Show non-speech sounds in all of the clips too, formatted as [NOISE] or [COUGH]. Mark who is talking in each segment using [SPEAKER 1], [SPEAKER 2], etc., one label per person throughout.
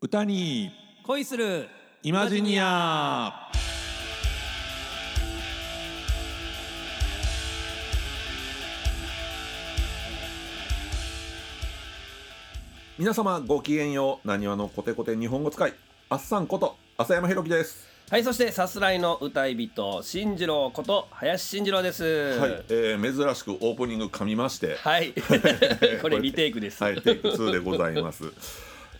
[SPEAKER 1] 歌に
[SPEAKER 2] 恋する
[SPEAKER 1] イマジニア皆様ごきげんようなにわのコテコテ日本語使いあっさんこと浅山ひろきです
[SPEAKER 2] はいそしてさすらいの歌い人進次郎こと林進次郎です
[SPEAKER 1] はい、えー、珍しくオープニング噛みま [LAUGHS] して
[SPEAKER 2] はい [LAUGHS] これリテイクです
[SPEAKER 1] は
[SPEAKER 2] はい
[SPEAKER 1] い、テイク2でございます。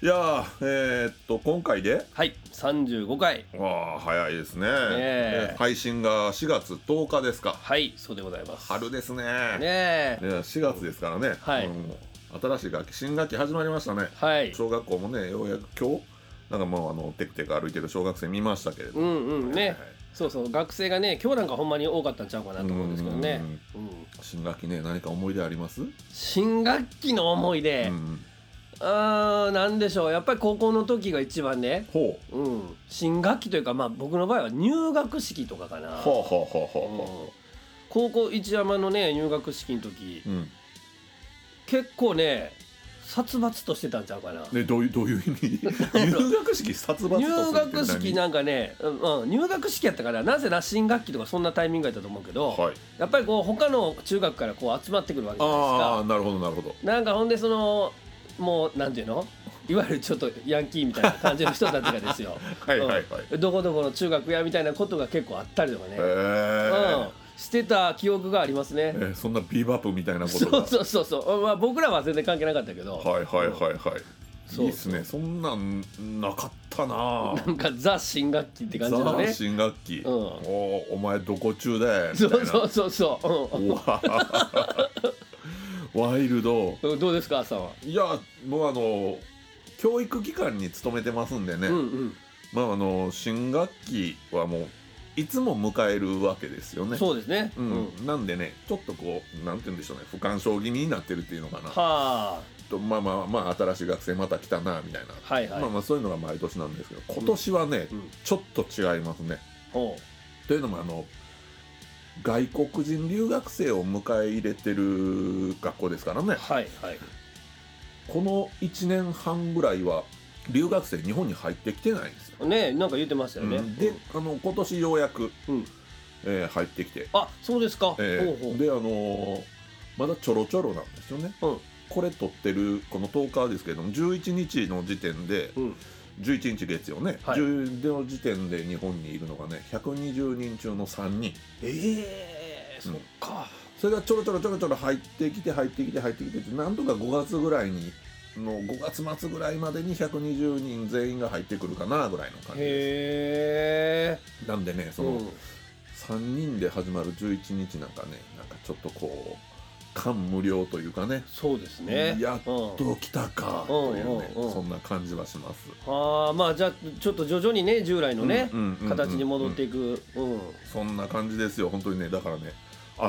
[SPEAKER 1] いやー、えーっと、今回で、
[SPEAKER 2] 35回
[SPEAKER 1] わあ、早いですね。
[SPEAKER 2] え
[SPEAKER 1] えー配信が4月10日ですか。
[SPEAKER 2] はいそうでございます
[SPEAKER 1] 春ですね。
[SPEAKER 2] ねえ
[SPEAKER 1] いや、4月ですからね。
[SPEAKER 2] はい
[SPEAKER 1] うん新しい学期、新学期始まりましたね。
[SPEAKER 2] はい
[SPEAKER 1] 小学校もね、ようやく今日、なんかもう、あの、テクテク歩いてる小学生見ましたけれど。
[SPEAKER 2] う
[SPEAKER 1] も
[SPEAKER 2] んうんねそうそう学生がね今日なんかほんまに多かったんちゃうかなと思うんですけどねうん
[SPEAKER 1] 新学期ね、何か思い出あります。
[SPEAKER 2] 新学期の思いう出
[SPEAKER 1] ん、
[SPEAKER 2] あーなんでしょうやっぱり高校の時が一番ね
[SPEAKER 1] ほう。
[SPEAKER 2] うん新学期というかまあ僕の場合は入学式とかかな
[SPEAKER 1] ほうほうほうほうほ
[SPEAKER 2] 高校一山のね入学式の時
[SPEAKER 1] う。うん、
[SPEAKER 2] 結構ね殺伐としてたんちゃうかな
[SPEAKER 1] ね、どういう、どういう意
[SPEAKER 2] [LAUGHS]
[SPEAKER 1] 味。入学式、殺伐とする
[SPEAKER 2] 入
[SPEAKER 1] って何
[SPEAKER 2] 学式なんかね、うんうん、入学式やったからなぜな新学期とかそんなタイミングやったと思うけど、
[SPEAKER 1] はい。
[SPEAKER 2] やっぱりこう他の中学からこう集まってくるわけじゃないです
[SPEAKER 1] あ
[SPEAKER 2] か
[SPEAKER 1] あ、なるほど、なるほど。
[SPEAKER 2] なんかほんでそのもうなんていうのいわゆるちょっとヤンキーみたいな感じの人たちがですよ
[SPEAKER 1] [LAUGHS] はいはいはい。
[SPEAKER 2] うんどこどこの中学やみたいなことが結構あったりとかね、
[SPEAKER 1] え
[SPEAKER 2] うん
[SPEAKER 1] ー、
[SPEAKER 2] してた記憶がありますね
[SPEAKER 1] えーそんなビーバップみたいなこと
[SPEAKER 2] そ
[SPEAKER 1] が
[SPEAKER 2] う。そうそうそう、まあ、僕らは全然関係なかったけど、
[SPEAKER 1] はいはいはいはい。
[SPEAKER 2] そう
[SPEAKER 1] いいっすね。そんなんなかったな。
[SPEAKER 2] なんかザ新学期って感じの
[SPEAKER 1] ザ
[SPEAKER 2] ね
[SPEAKER 1] 新学期。
[SPEAKER 2] うん
[SPEAKER 1] おーお前どこ中だよみた
[SPEAKER 2] そ
[SPEAKER 1] いな。
[SPEAKER 2] うそうそうそう、
[SPEAKER 1] うわ [LAUGHS] ワイルド。
[SPEAKER 2] うん、どうですか朝はい
[SPEAKER 1] やもうあの教育機関に勤めてますんでね。
[SPEAKER 2] うんうん、
[SPEAKER 1] まああの新学期はもういつも迎えるわけですよね。
[SPEAKER 2] そうですね、
[SPEAKER 1] う
[SPEAKER 2] うん
[SPEAKER 1] んなんでねちょっとこうなんて言うんでしょうね不干渉気味になってるっていうのかな
[SPEAKER 2] はあ
[SPEAKER 1] とまあまあまあ新しい学生また来たなみたいな、
[SPEAKER 2] はいはい、
[SPEAKER 1] まあまあそういうのが毎年なんですけど今年はね、
[SPEAKER 2] うん
[SPEAKER 1] ちょっと違いますね
[SPEAKER 2] おう
[SPEAKER 1] というのもあの外国人留学生を迎え入れてる学校ですからね
[SPEAKER 2] はいはい
[SPEAKER 1] この1年半ぐらいは留学生日本に入ってきてないんですよ、
[SPEAKER 2] ねなんか言ってましたよね、
[SPEAKER 1] うんであの今年ようやく、
[SPEAKER 2] うん
[SPEAKER 1] えー入ってきて
[SPEAKER 2] あそうですか、
[SPEAKER 1] えー
[SPEAKER 2] ほうほう
[SPEAKER 1] であのーまだちょろちょろなんですよね、
[SPEAKER 2] うん
[SPEAKER 1] これ撮ってるこの10日ですけれども11日の時点で
[SPEAKER 2] うん、
[SPEAKER 1] 11日月曜ね、
[SPEAKER 2] はい
[SPEAKER 1] 10の時点で日本にいるのがね120人中の3人
[SPEAKER 2] ええー、そっか、
[SPEAKER 1] それがちょろちょろちょろちょろ入ってきて入ってきて入ってきてってなんとか5月ぐらいにの5月末ぐらいまでに120人全員が入ってくるかなぐらいの感じで
[SPEAKER 2] へえ
[SPEAKER 1] すなんでねその、3人で始まる11日なんかねなんかちょっとこう感無量というかね
[SPEAKER 2] そうですね
[SPEAKER 1] やっ
[SPEAKER 2] うん
[SPEAKER 1] どう来たかというね
[SPEAKER 2] うんうんうん
[SPEAKER 1] そんな感じはします。
[SPEAKER 2] ああまあじゃあちょっと徐々にね従来のね、
[SPEAKER 1] うんうんうんうん
[SPEAKER 2] 形に戻っていく、うん、
[SPEAKER 1] そんな感じですよ本当にねだからね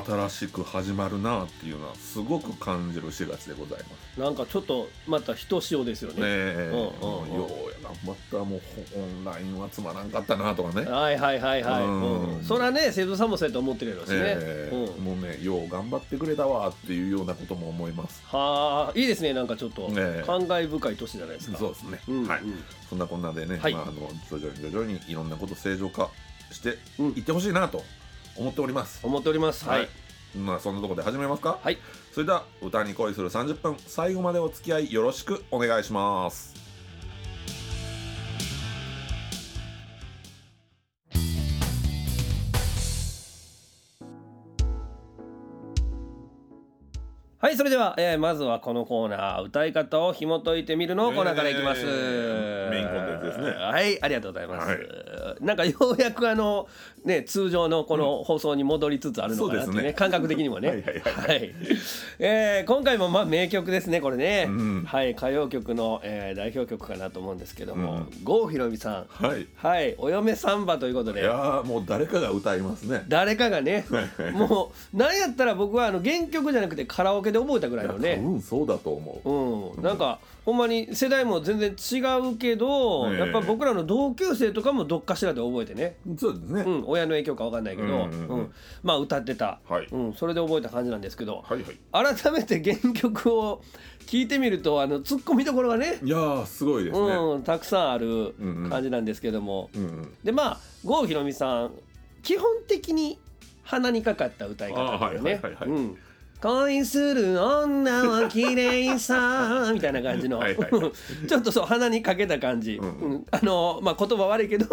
[SPEAKER 1] 新しく始まるなっていうのはすごく感じる4月でございます
[SPEAKER 2] なんかちょっとまたひとしおですよ
[SPEAKER 1] ね
[SPEAKER 2] ね。
[SPEAKER 1] え
[SPEAKER 2] うんうんうん
[SPEAKER 1] ようや頑張ったもうほオンラインはつまらんかったなとかね
[SPEAKER 2] はいはいはいはい。うん
[SPEAKER 1] うん
[SPEAKER 2] そらね生徒さんもそうやと思ってるやろうしね。
[SPEAKER 1] ええ
[SPEAKER 2] うん、
[SPEAKER 1] もうねよう頑張ってくれたわっていうようなことも思います
[SPEAKER 2] はあいいですねなんかちょっと、
[SPEAKER 1] ええ
[SPEAKER 2] 感慨深い年じゃないですか。
[SPEAKER 1] そうですね、
[SPEAKER 2] うんうん
[SPEAKER 1] はいそんなこんなでね、
[SPEAKER 2] はい
[SPEAKER 1] まあ、あの徐々に徐々にいろんなこと正常化して
[SPEAKER 2] うん
[SPEAKER 1] いってほしいなと思っております、
[SPEAKER 2] 思っております。はい。
[SPEAKER 1] まあそんなとこで始めますか
[SPEAKER 2] はい
[SPEAKER 1] それでは歌に恋する30分最後までお付き合いよろしくお願いします
[SPEAKER 2] はいそれでは、えーまずはこのコーナー歌い方を紐解いてみるのコーナーからいきます、
[SPEAKER 1] えーメインコンテンツですね
[SPEAKER 2] はいありがとうございます、
[SPEAKER 1] はい
[SPEAKER 2] なんかようやくあのね通常のこの放送に戻りつつあるのかなってい
[SPEAKER 1] そ
[SPEAKER 2] う
[SPEAKER 1] う
[SPEAKER 2] ね
[SPEAKER 1] ですね
[SPEAKER 2] 感覚的にも
[SPEAKER 1] [LAUGHS]
[SPEAKER 2] ね
[SPEAKER 1] はいはいは
[SPEAKER 2] はいえー今回もまあ名曲ですねこれね、
[SPEAKER 1] うん
[SPEAKER 2] はい歌謡曲の、えー代表曲かなと思うんですけども、
[SPEAKER 1] う
[SPEAKER 2] 郷ひろみさん
[SPEAKER 1] はいい
[SPEAKER 2] はいお嫁サンバということで
[SPEAKER 1] やーもう誰かが歌いますね
[SPEAKER 2] 誰かがね
[SPEAKER 1] はいはい
[SPEAKER 2] もうなんやったら僕はあの原曲じゃなくてカラオケけで覚えたぐらいの
[SPEAKER 1] いや
[SPEAKER 2] ね
[SPEAKER 1] 多分そうだと思う、
[SPEAKER 2] うん、なんかほんまに世代も全然違うけど、
[SPEAKER 1] ええ
[SPEAKER 2] やっぱ僕らの同級生とかもどっかしらで覚えてね、
[SPEAKER 1] そうですね、
[SPEAKER 2] うん、親の影響かわかんないけど、う
[SPEAKER 1] うんんうんうん
[SPEAKER 2] まあ歌ってた、
[SPEAKER 1] はい
[SPEAKER 2] うん、それで覚えた感じなんですけど
[SPEAKER 1] はいはい
[SPEAKER 2] 改めて原曲を聴いてみるとあのツッコミどころがね
[SPEAKER 1] いやーすごいですね、
[SPEAKER 2] うん、たくさんある
[SPEAKER 1] うんうん
[SPEAKER 2] 感じなんですけども、
[SPEAKER 1] うんうん
[SPEAKER 2] でまあ郷ひろみさん基本的に鼻にかかった歌い方だよね
[SPEAKER 1] あーはいはいはいはい
[SPEAKER 2] うん恋する女は綺
[SPEAKER 1] [LAUGHS]
[SPEAKER 2] 麗さみたいな感じの
[SPEAKER 1] はいはいは
[SPEAKER 2] [LAUGHS] ちょっとそう鼻にかけた感じ、
[SPEAKER 1] うん
[SPEAKER 2] うんあのまあ言葉悪いけど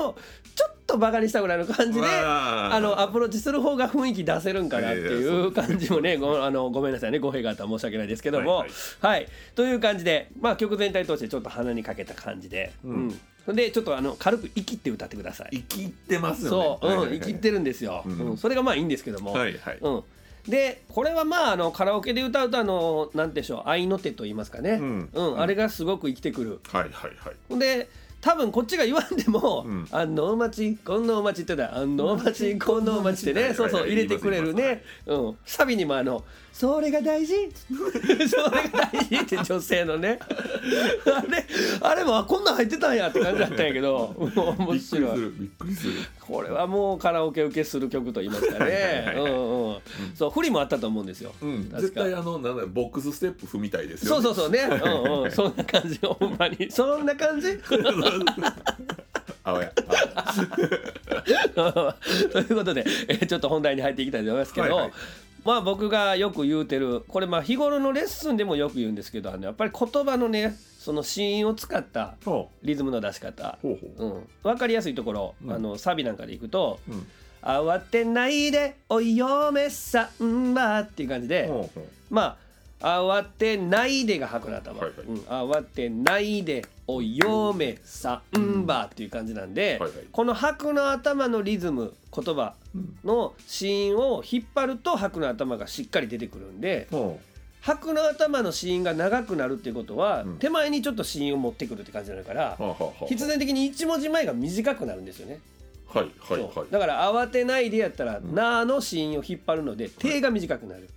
[SPEAKER 2] ちょっとバカにしたぐらいの感じで
[SPEAKER 1] あー
[SPEAKER 2] あのアプローチする方が雰囲気出せるんかなって
[SPEAKER 1] いやいや
[SPEAKER 2] い
[SPEAKER 1] そう
[SPEAKER 2] 感じもねご [LAUGHS] あのごめんなさいね語弊があったら申し訳ないですけども、は
[SPEAKER 1] はいい
[SPEAKER 2] という感じで、まあ、曲全体通してちょっと鼻にかけた感じで、う
[SPEAKER 1] うんん
[SPEAKER 2] でちょっとあの軽く「生き」って歌ってください。
[SPEAKER 1] 生きってますよね
[SPEAKER 2] そう、うん、生きってるんですよ、う
[SPEAKER 1] うんん
[SPEAKER 2] それがまあいいんですけども、
[SPEAKER 1] はいはい、
[SPEAKER 2] うん、でこれはまああのカラオケで歌うとあのなんていうんでしょう合いの手と言いますかね、
[SPEAKER 1] うん
[SPEAKER 2] うん、あれがすごく生きてくる。
[SPEAKER 1] はいはいはい
[SPEAKER 2] ほんで多分こっちが言わんでも「
[SPEAKER 1] うん
[SPEAKER 2] あの町この町」って言ったら「あの町この町」って
[SPEAKER 1] はいはいは
[SPEAKER 2] ね
[SPEAKER 1] い
[SPEAKER 2] そうそう入れてくれる
[SPEAKER 1] 言い
[SPEAKER 2] ね、うん、サビにもあの「それが大事」 [LAUGHS] 「それが大事」って女性のねあれあれもあこんなん入ってたんやって感じだったんやけど
[SPEAKER 1] [LAUGHS]
[SPEAKER 2] もう面
[SPEAKER 1] びっくり
[SPEAKER 2] 白
[SPEAKER 1] す
[SPEAKER 2] い
[SPEAKER 1] るびっくりする
[SPEAKER 2] これはもうカラオケ受けする曲と言いますかね
[SPEAKER 1] [LAUGHS] はい
[SPEAKER 2] うん
[SPEAKER 1] はいはい
[SPEAKER 2] うんそう振りもあったと [LAUGHS] 思うんですよ、
[SPEAKER 1] うん
[SPEAKER 2] 確
[SPEAKER 1] 絶
[SPEAKER 2] か
[SPEAKER 1] 対あのなんだボックスステップ踏みたいですよ
[SPEAKER 2] そう
[SPEAKER 1] ね
[SPEAKER 2] そうそうね、う
[SPEAKER 1] [LAUGHS]
[SPEAKER 2] んうん、そんな感じほんまにそんな感じ
[SPEAKER 1] あ
[SPEAKER 2] [LAUGHS]
[SPEAKER 1] おやあ
[SPEAKER 2] ということで、えーちょっと本題に入っていきたいと思いますけど、
[SPEAKER 1] はいはい
[SPEAKER 2] まあ僕がよく言うてるこれまあ日頃のレッスンでもよく言うんですけどあのやっぱり言葉のねその子音を使った
[SPEAKER 1] ほ
[SPEAKER 2] リズムの出し方
[SPEAKER 1] う、ほうほう
[SPEAKER 2] うん、分かりやすいところ、
[SPEAKER 1] うん
[SPEAKER 2] あのサビなんかでいくと
[SPEAKER 1] うん
[SPEAKER 2] 「慌てないでお嫁さんは」っていう感じで、
[SPEAKER 1] ほうほう
[SPEAKER 2] まあ「慌てないで」が白の頭、
[SPEAKER 1] はいはい
[SPEAKER 2] うん慌てないでお嫁さんば」っていう感じなんで、
[SPEAKER 1] はいはい
[SPEAKER 2] この白の頭のリズム言葉
[SPEAKER 1] うん
[SPEAKER 2] の子音を引っ張ると白の頭がしっかり出てくるんで
[SPEAKER 1] ほ
[SPEAKER 2] 白の頭の子音が長くなるっていうことは、
[SPEAKER 1] うん
[SPEAKER 2] 手前にちょっと子音を持ってくるって感じになるから
[SPEAKER 1] うはあはあはあはあ
[SPEAKER 2] 必然的に一文字前が短くなるんですよね、
[SPEAKER 1] はいはいは
[SPEAKER 2] そう
[SPEAKER 1] い
[SPEAKER 2] だから慌てないでやったら「
[SPEAKER 1] ん
[SPEAKER 2] な」の子音を引っ張るので手が短くなる、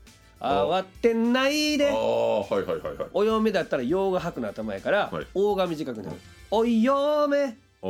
[SPEAKER 2] 慌てない
[SPEAKER 1] あ
[SPEAKER 2] で
[SPEAKER 1] あはいはいはいはい
[SPEAKER 2] お嫁だったら「陽」が白の頭やから
[SPEAKER 1] はい
[SPEAKER 2] 「お」が短くなる「お嫁」
[SPEAKER 1] あ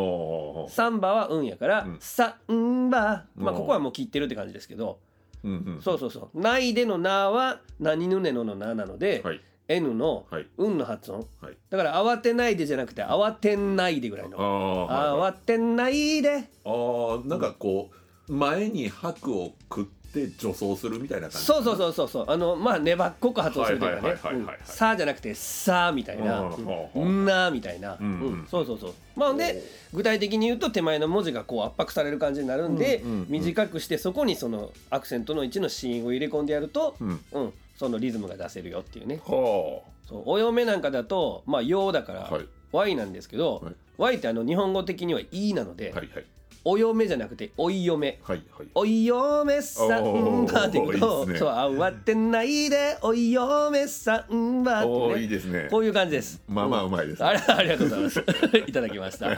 [SPEAKER 1] あ
[SPEAKER 2] サンバは「うん」やから
[SPEAKER 1] うん
[SPEAKER 2] 「サンバ」まあ
[SPEAKER 1] うん
[SPEAKER 2] ここはもう切ってるって感じですけど
[SPEAKER 1] うんうん
[SPEAKER 2] そうそうそう「ないで」の「な」は「何ぬねの」の「な」なので
[SPEAKER 1] はい
[SPEAKER 2] N の
[SPEAKER 1] はい
[SPEAKER 2] 「うん」の発音
[SPEAKER 1] はい
[SPEAKER 2] だから「慌てないで」じゃなくて「慌てないで」ぐらい
[SPEAKER 1] あ
[SPEAKER 2] の「
[SPEAKER 1] あはいはい
[SPEAKER 2] 慌てないで
[SPEAKER 1] あーなんかこう前に白を食って助走するみたいな」感じ
[SPEAKER 2] そうそうそうそうそうあのまあ粘っこく発音するというかね
[SPEAKER 1] はいはいはいはいはい
[SPEAKER 2] うんさ」じゃなくて「さ」みたいな
[SPEAKER 1] うん
[SPEAKER 2] 「うんな」みたいなう
[SPEAKER 1] うん
[SPEAKER 2] んそうそうそうまあほんで具体的に言うと手前の文字がこう圧迫される感じになるんで、
[SPEAKER 1] うんうんうん
[SPEAKER 2] 短くしてそこにそのアクセントの位置の子音を入れ込んでやると、
[SPEAKER 1] うん
[SPEAKER 2] うん、そのリズムが出せるよっていうね
[SPEAKER 1] は
[SPEAKER 2] そうお嫁なんかだとまあ「よ」だか
[SPEAKER 1] あ
[SPEAKER 2] ら
[SPEAKER 1] はい
[SPEAKER 2] Y なんですけど、
[SPEAKER 1] はい
[SPEAKER 2] Y ってあの日本語的には「い」なので、
[SPEAKER 1] はいはい
[SPEAKER 2] お嫁じゃなくて「おい嫁」
[SPEAKER 1] はいはい
[SPEAKER 2] おい嫁さんばっていうこと
[SPEAKER 1] おーいいっすね
[SPEAKER 2] そう慌てないでおい嫁さんばって
[SPEAKER 1] お
[SPEAKER 2] いう
[SPEAKER 1] ーい
[SPEAKER 2] ね
[SPEAKER 1] いですね
[SPEAKER 2] こういう感じです。
[SPEAKER 1] まあまあうまいです
[SPEAKER 2] あれありがとうございます。 [LAUGHS] いただきました。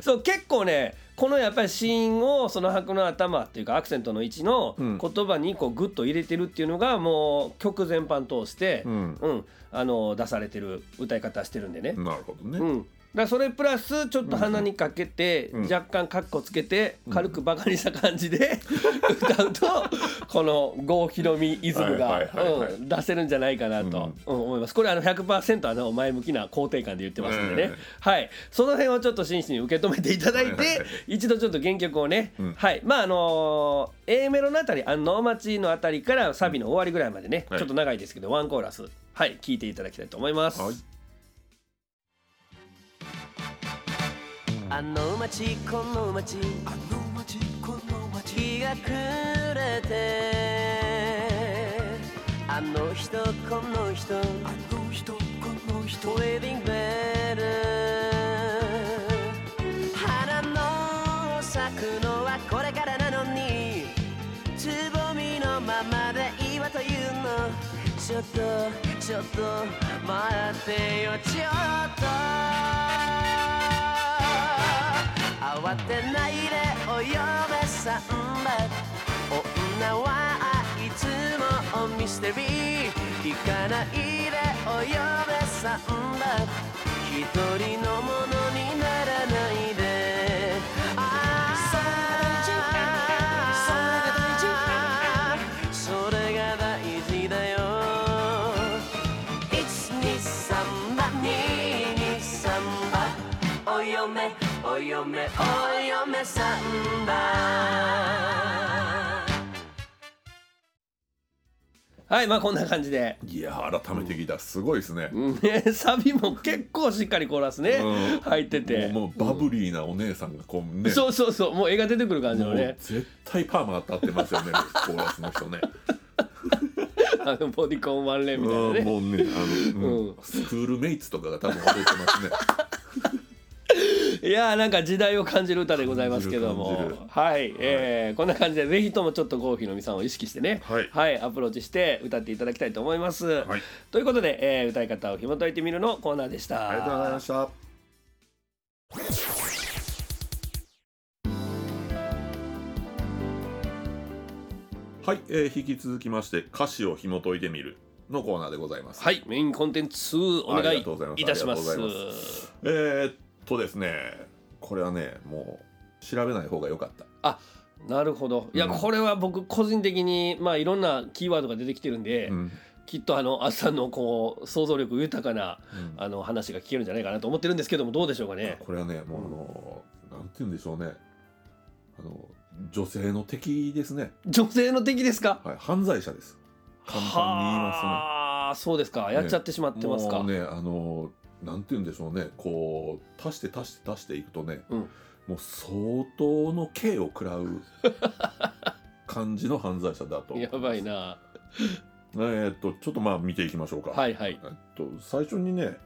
[SPEAKER 2] そう結構ねこのやっぱりシーンをその白の頭っていうかアクセントの位置の
[SPEAKER 1] うん
[SPEAKER 2] 言葉にこうグッと入れてるっていうのがもう曲全般通して、
[SPEAKER 1] う
[SPEAKER 2] うん
[SPEAKER 1] ん
[SPEAKER 2] あの出されてる歌い方してるんでね。
[SPEAKER 1] なるほど
[SPEAKER 2] う
[SPEAKER 1] ね
[SPEAKER 2] んだからそれプラスちょっと鼻にかけて
[SPEAKER 1] うん
[SPEAKER 2] 若干カッコつけて
[SPEAKER 1] うん
[SPEAKER 2] 軽くバカにした感じで歌うとこの郷ひろみイズム
[SPEAKER 1] は
[SPEAKER 2] が
[SPEAKER 1] いはいはいはい
[SPEAKER 2] うん出せるんじゃないかなとうん思いますこれあの100%あの前向きな肯定感で言ってますんで
[SPEAKER 1] うん
[SPEAKER 2] ねはいその辺をちょっと真摯に受け止めていただい
[SPEAKER 1] はいはい
[SPEAKER 2] て
[SPEAKER 1] はい
[SPEAKER 2] 一度ちょっと原曲をね
[SPEAKER 1] うん
[SPEAKER 2] はいまああのー A メロのあたり「あの町」のあたりからサビの終わりぐらいまでねち
[SPEAKER 1] はい
[SPEAKER 2] ょっと長いですけどワンコーラスはい聴いていただきたいと思います。
[SPEAKER 1] はい
[SPEAKER 3] あの街この街
[SPEAKER 4] あの街この街
[SPEAKER 3] 日が暮れてあの人この人
[SPEAKER 4] あの人この人
[SPEAKER 3] ウェディングベル花の咲くのはこれからなのにつぼみのままでいいわというのちょっとちょっと待ってよちょっと慌てないでお嫁さんだ女はいつもミステリー聞かないでお嫁さんだ一人のものにならないでああそれが大事だよ123番223番お嫁お嫁お嫁さんだ
[SPEAKER 2] はいまあこんな感じで、
[SPEAKER 1] いやー改めて聞いたらすごいですね、
[SPEAKER 2] うんね、 [LAUGHS] サビも結構しっかりコーラスね、
[SPEAKER 1] うん
[SPEAKER 2] 入ってて
[SPEAKER 1] もうもうバブリーなお姉さんがこうね、
[SPEAKER 2] そうそうそうもう絵が出てくる感じ
[SPEAKER 1] も
[SPEAKER 2] の
[SPEAKER 1] う
[SPEAKER 2] ね
[SPEAKER 1] 絶対パーマ当たってますよ
[SPEAKER 2] [LAUGHS]
[SPEAKER 1] ねコーラスの人ね
[SPEAKER 2] あのボディコンワンレンみたいな
[SPEAKER 1] うん
[SPEAKER 2] ね
[SPEAKER 1] もうねあの、うん
[SPEAKER 2] うん
[SPEAKER 1] スクールメイツとかが多分踊ってますね
[SPEAKER 2] [LAUGHS] いやーなんか時代を感じる歌でございますけど
[SPEAKER 1] 感
[SPEAKER 2] も
[SPEAKER 1] じる感
[SPEAKER 2] はい、えーこんな感じでぜひともちょっと郷ひろみさんを意識してね
[SPEAKER 1] はい
[SPEAKER 2] アプローチして歌っていただきたいと思います、
[SPEAKER 1] はい
[SPEAKER 2] ということで、えー歌い方を紐解いてみるのコーナーでした
[SPEAKER 1] ありがとうございましたはい、えー、引き続きまして歌詞を紐解いてみるのコーナーでございます
[SPEAKER 2] はいメインコンテンツお
[SPEAKER 1] あ
[SPEAKER 2] 願
[SPEAKER 1] り
[SPEAKER 2] い
[SPEAKER 1] がとうございます
[SPEAKER 2] いたしま
[SPEAKER 1] あ
[SPEAKER 2] す
[SPEAKER 1] りがとうございえー、っとですねこれはねもう調べない方が良かった
[SPEAKER 2] なるほどいや、
[SPEAKER 1] うん
[SPEAKER 2] これは僕個人的にまあいろんなキーワードが出てきてるんで、
[SPEAKER 1] うん
[SPEAKER 2] きっとあの朝のこう想像力豊かな
[SPEAKER 1] うん
[SPEAKER 2] あの話が聞けるんじゃないかなと思ってるんですけどもどうでしょうかね
[SPEAKER 1] これはねもうあの、なんて言うんでしょうねあの女性の敵ですね、
[SPEAKER 2] 女性の敵ですか
[SPEAKER 1] はい、犯罪者です簡単に言いま
[SPEAKER 2] はあそうですかやっちゃってしまっ
[SPEAKER 1] すね
[SPEAKER 2] てますか、
[SPEAKER 1] もうねあのなんて言うんでしょうねこう足して足して足していくとね、
[SPEAKER 2] うん
[SPEAKER 1] もう相当の刑を食らう感じの犯罪者だと
[SPEAKER 2] [LAUGHS] やばいな
[SPEAKER 1] えーっとちょっとまあ見ていきましょうか
[SPEAKER 2] はいはい
[SPEAKER 1] えっと、最初にね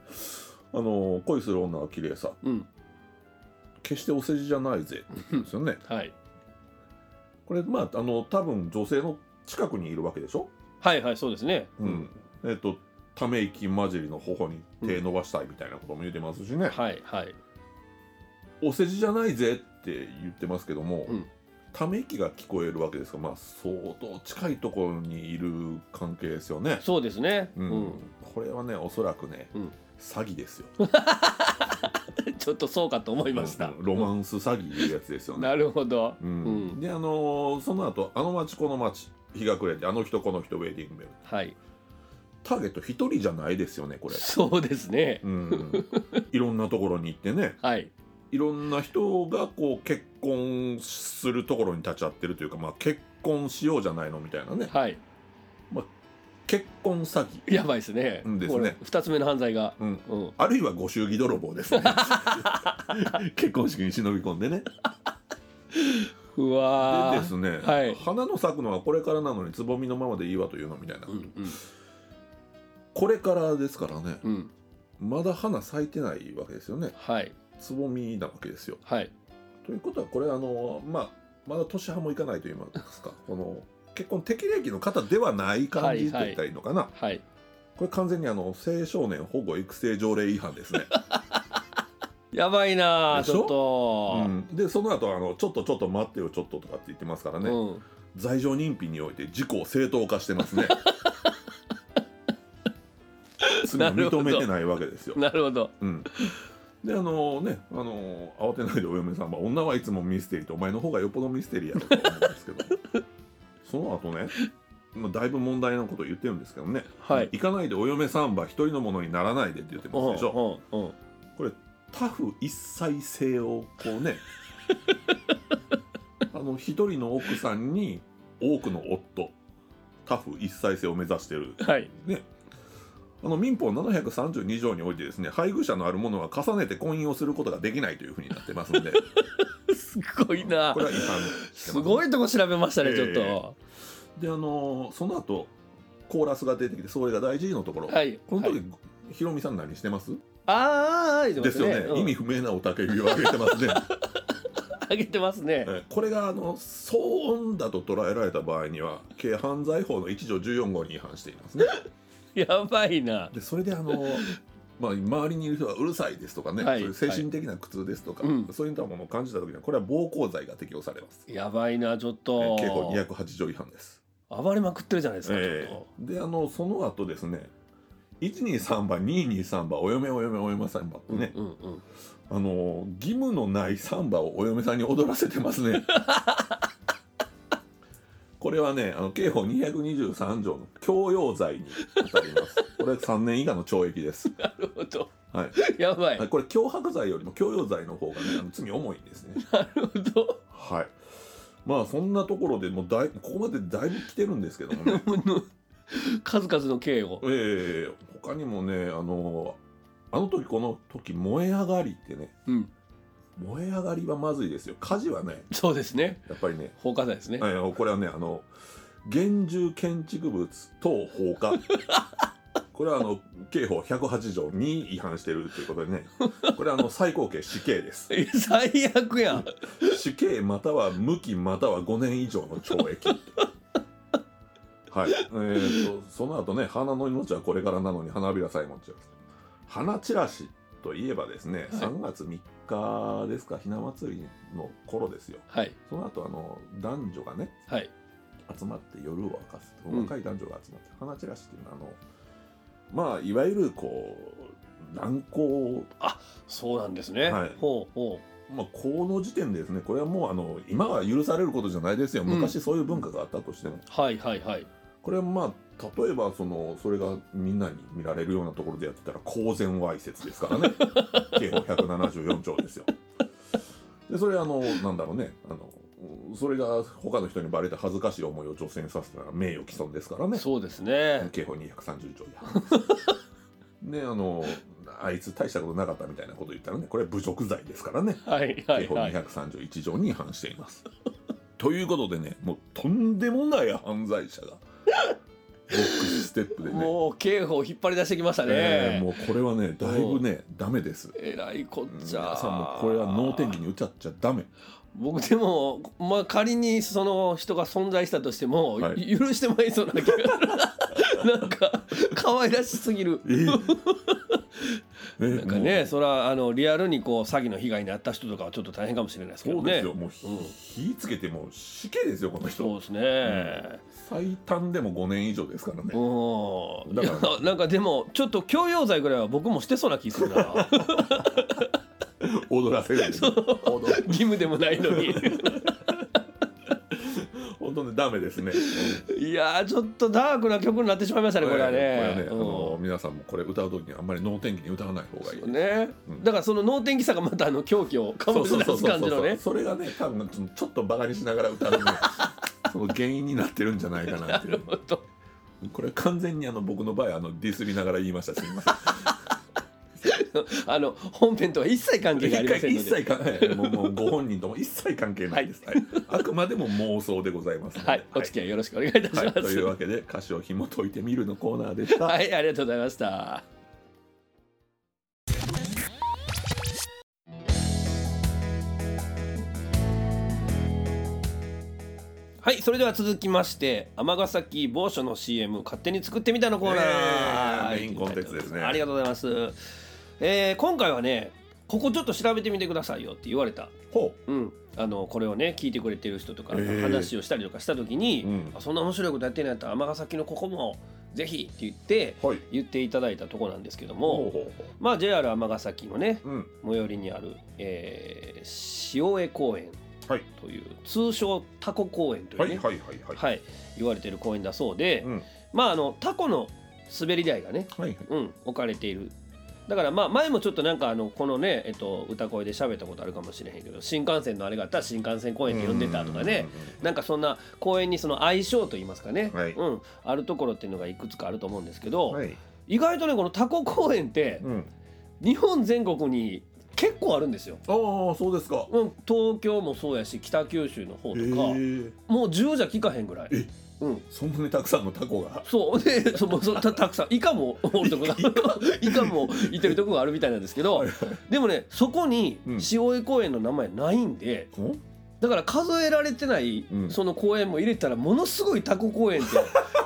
[SPEAKER 1] あの「恋する女は綺麗さ
[SPEAKER 2] うん
[SPEAKER 1] 決してお世辞じゃないぜ」ですよね。
[SPEAKER 2] はい
[SPEAKER 1] これまああの多分女性の近くにいるわけでしょ、
[SPEAKER 2] はいはいそうですね、
[SPEAKER 1] うんえっとため息混じりの頬に手伸ばしたいみたいなことも言ってますしね、
[SPEAKER 2] はいはい
[SPEAKER 1] お世辞じゃないぜって言ってますけども、
[SPEAKER 2] うん
[SPEAKER 1] ため息が聞こえるわけですから、まあ、相当近いところにいる関係ですよね。
[SPEAKER 2] そうですねう
[SPEAKER 1] うん
[SPEAKER 2] ん、
[SPEAKER 1] これはねおそらくね、
[SPEAKER 2] うん
[SPEAKER 1] 詐欺ですよ。
[SPEAKER 2] ちょっとそうかと思いました、
[SPEAKER 1] うんロマンス詐欺いうやつですよね。
[SPEAKER 2] なるほど、
[SPEAKER 1] うん
[SPEAKER 2] うん
[SPEAKER 1] であのーその後あの町この町日が暮れてあの人この人ウェディングベル
[SPEAKER 2] はい
[SPEAKER 1] ターゲット一人じゃないですよねこれ、
[SPEAKER 2] そうですね、
[SPEAKER 1] うん、いろんなところに行ってね
[SPEAKER 2] はい
[SPEAKER 1] いろんな人がこう結婚するところに立ち会ってるというか、まあ、結婚しようじゃないのみたいなね
[SPEAKER 2] はい
[SPEAKER 1] 結婚詐欺、
[SPEAKER 2] やばいですね
[SPEAKER 1] うんですね
[SPEAKER 2] これ二つ目の犯罪が
[SPEAKER 1] うん、
[SPEAKER 2] うん
[SPEAKER 1] あるいはご祝儀泥棒ですね [LAUGHS] 結婚式に忍び込んでね
[SPEAKER 2] うわー
[SPEAKER 1] でですね、
[SPEAKER 2] はい
[SPEAKER 1] 花の咲くのはこれからなのにつぼみのままでいいわというのみたいな、
[SPEAKER 2] うん
[SPEAKER 1] これからですからね
[SPEAKER 2] うんうん
[SPEAKER 1] まだ花咲いてないわけですよね
[SPEAKER 2] はい
[SPEAKER 1] つぼみなわけですよ。
[SPEAKER 2] はい
[SPEAKER 1] ということはこれあのまあまだ年半もいかないと言いますかこの結婚適齢期の方ではない感じと言ったらいいのかな、
[SPEAKER 2] はい
[SPEAKER 1] これ完全にあの青少年保護育成条例違反
[SPEAKER 2] [LAUGHS]
[SPEAKER 1] ですね。
[SPEAKER 2] やばいなー
[SPEAKER 1] でし
[SPEAKER 2] ち
[SPEAKER 1] ょ
[SPEAKER 2] ょっ
[SPEAKER 1] う
[SPEAKER 2] と、
[SPEAKER 1] んでその後あのちょっとちょっと待ってよちょっと」とかって言ってますからね、
[SPEAKER 2] うん
[SPEAKER 1] 罪状認否において事故を正当化してます
[SPEAKER 2] [LAUGHS]
[SPEAKER 1] ね。罪を認めてないわけですよ。
[SPEAKER 2] なるほど
[SPEAKER 1] うん、であのねあの慌てないでお嫁さんは女はいつもミステリーとお前の方がよっぽどミステリーやろと思うんですけ
[SPEAKER 2] [LAUGHS]
[SPEAKER 1] どその後ねまあだいぶ問題なことを言ってるんですけどね、
[SPEAKER 2] はい
[SPEAKER 1] 行かないでお嫁さんば一人のものにならないでって言ってますでしょ
[SPEAKER 2] うんうんうん
[SPEAKER 1] タフ一切性をこう
[SPEAKER 2] [LAUGHS]
[SPEAKER 1] ねあの一人の奥さんに多くの夫タフ一切性を目指してる
[SPEAKER 2] はい
[SPEAKER 1] ね、あの民法732条においてですね配偶者のあるものは重ねて婚姻をすることができないというふうになってますの
[SPEAKER 2] [LAUGHS]
[SPEAKER 1] で
[SPEAKER 2] すごいな
[SPEAKER 1] これは違反
[SPEAKER 2] すご
[SPEAKER 1] い
[SPEAKER 2] いとこ調べましたね、
[SPEAKER 1] ええ
[SPEAKER 2] ちょっと
[SPEAKER 1] であのーその後コーラスが出てきてそれが大事のところ、
[SPEAKER 2] はい
[SPEAKER 1] この時、
[SPEAKER 2] はい
[SPEAKER 1] ひろみさん何してます
[SPEAKER 2] あーあーあー言って
[SPEAKER 1] で
[SPEAKER 2] ますす
[SPEAKER 1] よ
[SPEAKER 2] ね
[SPEAKER 1] ね、
[SPEAKER 2] うん
[SPEAKER 1] 意味不明なおたけびを上げてます
[SPEAKER 2] [LAUGHS]
[SPEAKER 1] ね
[SPEAKER 2] 上げてますね
[SPEAKER 1] えーこれがあの騒音だと捉えられた場合には軽犯罪法の1条14号に違反してい
[SPEAKER 2] [LAUGHS]
[SPEAKER 1] ますね
[SPEAKER 2] やばいな
[SPEAKER 1] でそれであ
[SPEAKER 2] [LAUGHS]
[SPEAKER 1] のまあ周りにいる人はうるさいですとかね、
[SPEAKER 2] はい
[SPEAKER 1] そういう精神的な苦痛ですとか、
[SPEAKER 2] うん
[SPEAKER 1] そういったものを感じた時にはこれは暴行罪が適用されます、
[SPEAKER 2] やばいなちょっ
[SPEAKER 1] えー
[SPEAKER 2] と
[SPEAKER 1] 刑法208条違反です
[SPEAKER 2] あ暴れまくってるじゃないですか、
[SPEAKER 1] え
[SPEAKER 2] ちょっ
[SPEAKER 1] えであのその後ですね123番223番お嫁お嫁お嫁さんばって
[SPEAKER 2] と、
[SPEAKER 1] ね、
[SPEAKER 2] うんうん
[SPEAKER 1] あの義務のないサンバをお嫁さんに踊らせてます
[SPEAKER 2] [LAUGHS]
[SPEAKER 1] ねこれはねあの刑法223条の強要罪に当たりますこれ3年以下の懲役です、
[SPEAKER 2] なるほど
[SPEAKER 1] はい、
[SPEAKER 2] やばい、
[SPEAKER 1] はいこれ脅迫罪よりも強要罪の方がねあの罪重いんですね
[SPEAKER 2] なるほど
[SPEAKER 1] はいまあそんなところでもうだいここまでだいぶ来てるんですけども
[SPEAKER 2] [LAUGHS]
[SPEAKER 1] ね
[SPEAKER 2] 数々の刑を
[SPEAKER 1] ええ他にもねあのあの時この時燃え上がりってね
[SPEAKER 2] うん
[SPEAKER 1] 燃え上がりはまずいですよ火事はね
[SPEAKER 2] そうですね
[SPEAKER 1] やっぱりね
[SPEAKER 2] 放火罪ですね、
[SPEAKER 1] えーこれはねあの現住建築物等放
[SPEAKER 2] [LAUGHS]
[SPEAKER 1] 火これはあの刑法108条に違反してるということでねこれはあの最高刑死刑です
[SPEAKER 2] え最悪やん
[SPEAKER 1] 死刑または無期または5年以上の懲役はいえー、とその後ね花の命はこれからなのに花びらさえもち花散らしといえばですね、
[SPEAKER 2] はい
[SPEAKER 1] 3月3日ですかひな祭りの頃ですよ
[SPEAKER 2] はい
[SPEAKER 1] その後あの男女がね
[SPEAKER 2] はい
[SPEAKER 1] 集まって夜を明かす
[SPEAKER 2] うん
[SPEAKER 1] 若い男女が集まって花散らしっていうのはあのまあいわゆるこう乱行、
[SPEAKER 2] そうなんですね、
[SPEAKER 1] はい
[SPEAKER 2] ほうほ
[SPEAKER 1] まあ、この時点でですねこれはもうあの今は許されることじゃないですよ
[SPEAKER 2] うん
[SPEAKER 1] 昔そういう文化があったとしても、
[SPEAKER 2] うはいはいはい
[SPEAKER 1] これはまあ例えばそのそれがみんなに見られるようなところでやってたら公然わいせつですから
[SPEAKER 2] [LAUGHS]
[SPEAKER 1] ね刑法174条ですよ。でそれあのなんだろうねあのそれが他の人にバレて恥ずかしい思いを女性にさせたら名誉毀損ですからね。
[SPEAKER 2] そうですね
[SPEAKER 1] 刑法230条違反
[SPEAKER 2] [LAUGHS]
[SPEAKER 1] です。ねあのあいつ大したことなかったみたいなこと言ったらねこれは侮辱罪ですからね、
[SPEAKER 2] はいは
[SPEAKER 1] 刑
[SPEAKER 2] い
[SPEAKER 1] 法
[SPEAKER 2] はい
[SPEAKER 1] 231条に違反しています。 [LAUGHS] ということでねもうとんでもない犯罪者がボックスステップでね
[SPEAKER 2] もう刑法引っ張り出してきましたね。
[SPEAKER 1] えーもうこれはねだいぶねダメです。
[SPEAKER 2] えらいこっちゃ。
[SPEAKER 1] 皆さんもこれは脳天気に打っちゃっちゃダメ。
[SPEAKER 2] 僕でも、まあ、仮にその人が存在したとしても、
[SPEAKER 1] はい
[SPEAKER 2] ゆ許してもらえそうな気が [LAUGHS] なんか可愛らしすぎる。
[SPEAKER 1] え
[SPEAKER 2] [LAUGHS]
[SPEAKER 1] ーえー
[SPEAKER 2] なんかね、それはあのリアルにこう詐欺の被害に遭った人とかはちょっと大変かもしれないですけ
[SPEAKER 1] もうそ
[SPEAKER 2] ど
[SPEAKER 1] うで
[SPEAKER 2] ね。
[SPEAKER 1] すよ、もう火,、
[SPEAKER 2] うん
[SPEAKER 1] つけてもう死刑ですよこの人
[SPEAKER 2] そうですね。
[SPEAKER 1] 最短でも5年以上ですからね、
[SPEAKER 2] うん。
[SPEAKER 1] だから
[SPEAKER 2] いや [LAUGHS] なんかでもちょっと強要罪ぐらいは僕もしてそうな気する
[SPEAKER 1] [LAUGHS]
[SPEAKER 2] な
[SPEAKER 1] 踊らせるんですよ踊る
[SPEAKER 2] 義務でもないの
[SPEAKER 1] [LAUGHS]
[SPEAKER 2] に
[SPEAKER 1] 本当にダメですね
[SPEAKER 2] いやーちょっとダークな曲になってしまいましたねこれはね,、
[SPEAKER 1] ええこれはねあ
[SPEAKER 2] うん
[SPEAKER 1] の皆さんもこれ歌う時にあんまり脳天気に歌わない方がいい
[SPEAKER 2] ね、
[SPEAKER 1] うん
[SPEAKER 2] だからその脳天気さがまたあの狂気を醸し出す感じのね
[SPEAKER 1] それがね多分ちょっとバカにしながら歌うねその原因になってるんじゃないかなっていう
[SPEAKER 2] ほんと
[SPEAKER 1] これ完全にあの僕の場合あのディスりながら言いましたすみません
[SPEAKER 2] あの本編とは一切関係がありませんの
[SPEAKER 1] 一
[SPEAKER 2] で
[SPEAKER 1] 切か、はいもうもうご本人とも一切関係ないです、はいあくまでも妄想でございますので
[SPEAKER 2] はいお付き合いよろしくお願いいたしま
[SPEAKER 1] はい、と
[SPEAKER 2] す
[SPEAKER 1] いうわけで歌詞を紐解いてみるのコーナーでした。
[SPEAKER 2] はい、ありがとうございましたはいそれでは続きまして尼崎某所の CM 勝手に作ってみたのコーナー、
[SPEAKER 1] ねえ
[SPEAKER 2] はい
[SPEAKER 1] メインコンテンツですね
[SPEAKER 2] ありがとうございます、えー今回はねここちょっと調べてみてくださいよって言われた
[SPEAKER 1] ほ
[SPEAKER 2] うん、あのこれをね聞いてくれてる人とか
[SPEAKER 1] えー
[SPEAKER 2] 話をしたりとかした時に、
[SPEAKER 1] うん
[SPEAKER 2] あそんな面白いことやってんのやったら尼崎のここもぜひって言って
[SPEAKER 1] う。はい。
[SPEAKER 2] 言っていただいたとこなんですけど
[SPEAKER 1] ほう
[SPEAKER 2] も、
[SPEAKER 1] ほうほ
[SPEAKER 2] まあ JR 尼崎のね
[SPEAKER 1] う。うん。
[SPEAKER 2] 最寄りにある、えー、塩江公園
[SPEAKER 1] はい
[SPEAKER 2] という、通称タコ公園という
[SPEAKER 1] はい
[SPEAKER 2] ね、
[SPEAKER 1] はいはいはい。
[SPEAKER 2] はい言われてる公園だそうで、
[SPEAKER 1] うん。
[SPEAKER 2] まああのタコの滑り台がね、
[SPEAKER 1] はいはい。
[SPEAKER 2] うん、置かれているだからまあ前もちょっとなんかあのこのね、えっと、歌声で喋ったことあるかもしれへんけど新幹線のあれがあったら新幹線公園って呼んでたとかねなんかそんな公園にその相性といいますかね、
[SPEAKER 1] はい
[SPEAKER 2] うん、あるところっていうのがいくつかあると思うんですけど、
[SPEAKER 1] うんうんうん。はい。
[SPEAKER 2] 意外とねこのタコ公園って
[SPEAKER 1] うん。
[SPEAKER 2] 日本全国に結構あるんですよ。
[SPEAKER 1] ああ、そうですか。
[SPEAKER 2] うん、東京もそうやし北九州の方と
[SPEAKER 1] え
[SPEAKER 2] か、
[SPEAKER 1] ー、
[SPEAKER 2] もう10じゃ聞かへんぐらい
[SPEAKER 1] え。
[SPEAKER 2] うん、
[SPEAKER 1] そんなにたくさんのタコが。
[SPEAKER 2] そうでそもそたたくさんイカも [LAUGHS] おるとこがイカもいてるとこがあるみたいなんですけど、
[SPEAKER 1] はい
[SPEAKER 2] でもねそこに
[SPEAKER 1] うん
[SPEAKER 2] 塩江公園の名前ないんで、
[SPEAKER 1] ほん
[SPEAKER 2] だから数えられてない
[SPEAKER 1] うん
[SPEAKER 2] その公園も入れたらものすごい
[SPEAKER 1] [LAUGHS]
[SPEAKER 2] タコ公園って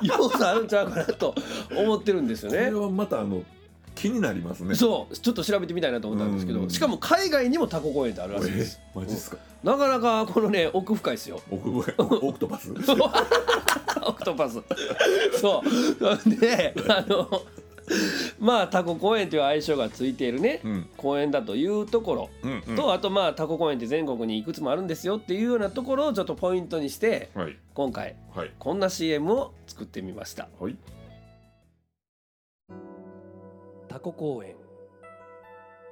[SPEAKER 2] 要素あるんちゃうかなと思ってるんですよ
[SPEAKER 1] これ
[SPEAKER 2] ね。
[SPEAKER 1] はまたあの。気になりますね
[SPEAKER 2] そうちょっと調べてみたいなと思ったんですけ
[SPEAKER 1] うんう
[SPEAKER 2] ど
[SPEAKER 1] ん
[SPEAKER 2] しかも海外にもタコ公園ってあるらしいで
[SPEAKER 1] え
[SPEAKER 2] す
[SPEAKER 1] マジっすか
[SPEAKER 2] なかなかこのね奥深いですよ
[SPEAKER 1] 奥
[SPEAKER 2] [LAUGHS]
[SPEAKER 1] 越えオオクトパス
[SPEAKER 2] オクト
[SPEAKER 1] [LAUGHS]
[SPEAKER 2] パスそうなんであのまあタコ公園という愛称がついているね
[SPEAKER 1] うん
[SPEAKER 2] 公園だというところ
[SPEAKER 1] うんうん
[SPEAKER 2] と、あとまあタコ公園って全国にいくつもあるんですよっていうようなところをちょっとポイントにして
[SPEAKER 1] はい
[SPEAKER 2] 今回
[SPEAKER 1] はい
[SPEAKER 2] こんな CM を作ってみました
[SPEAKER 1] はい
[SPEAKER 2] タコ公園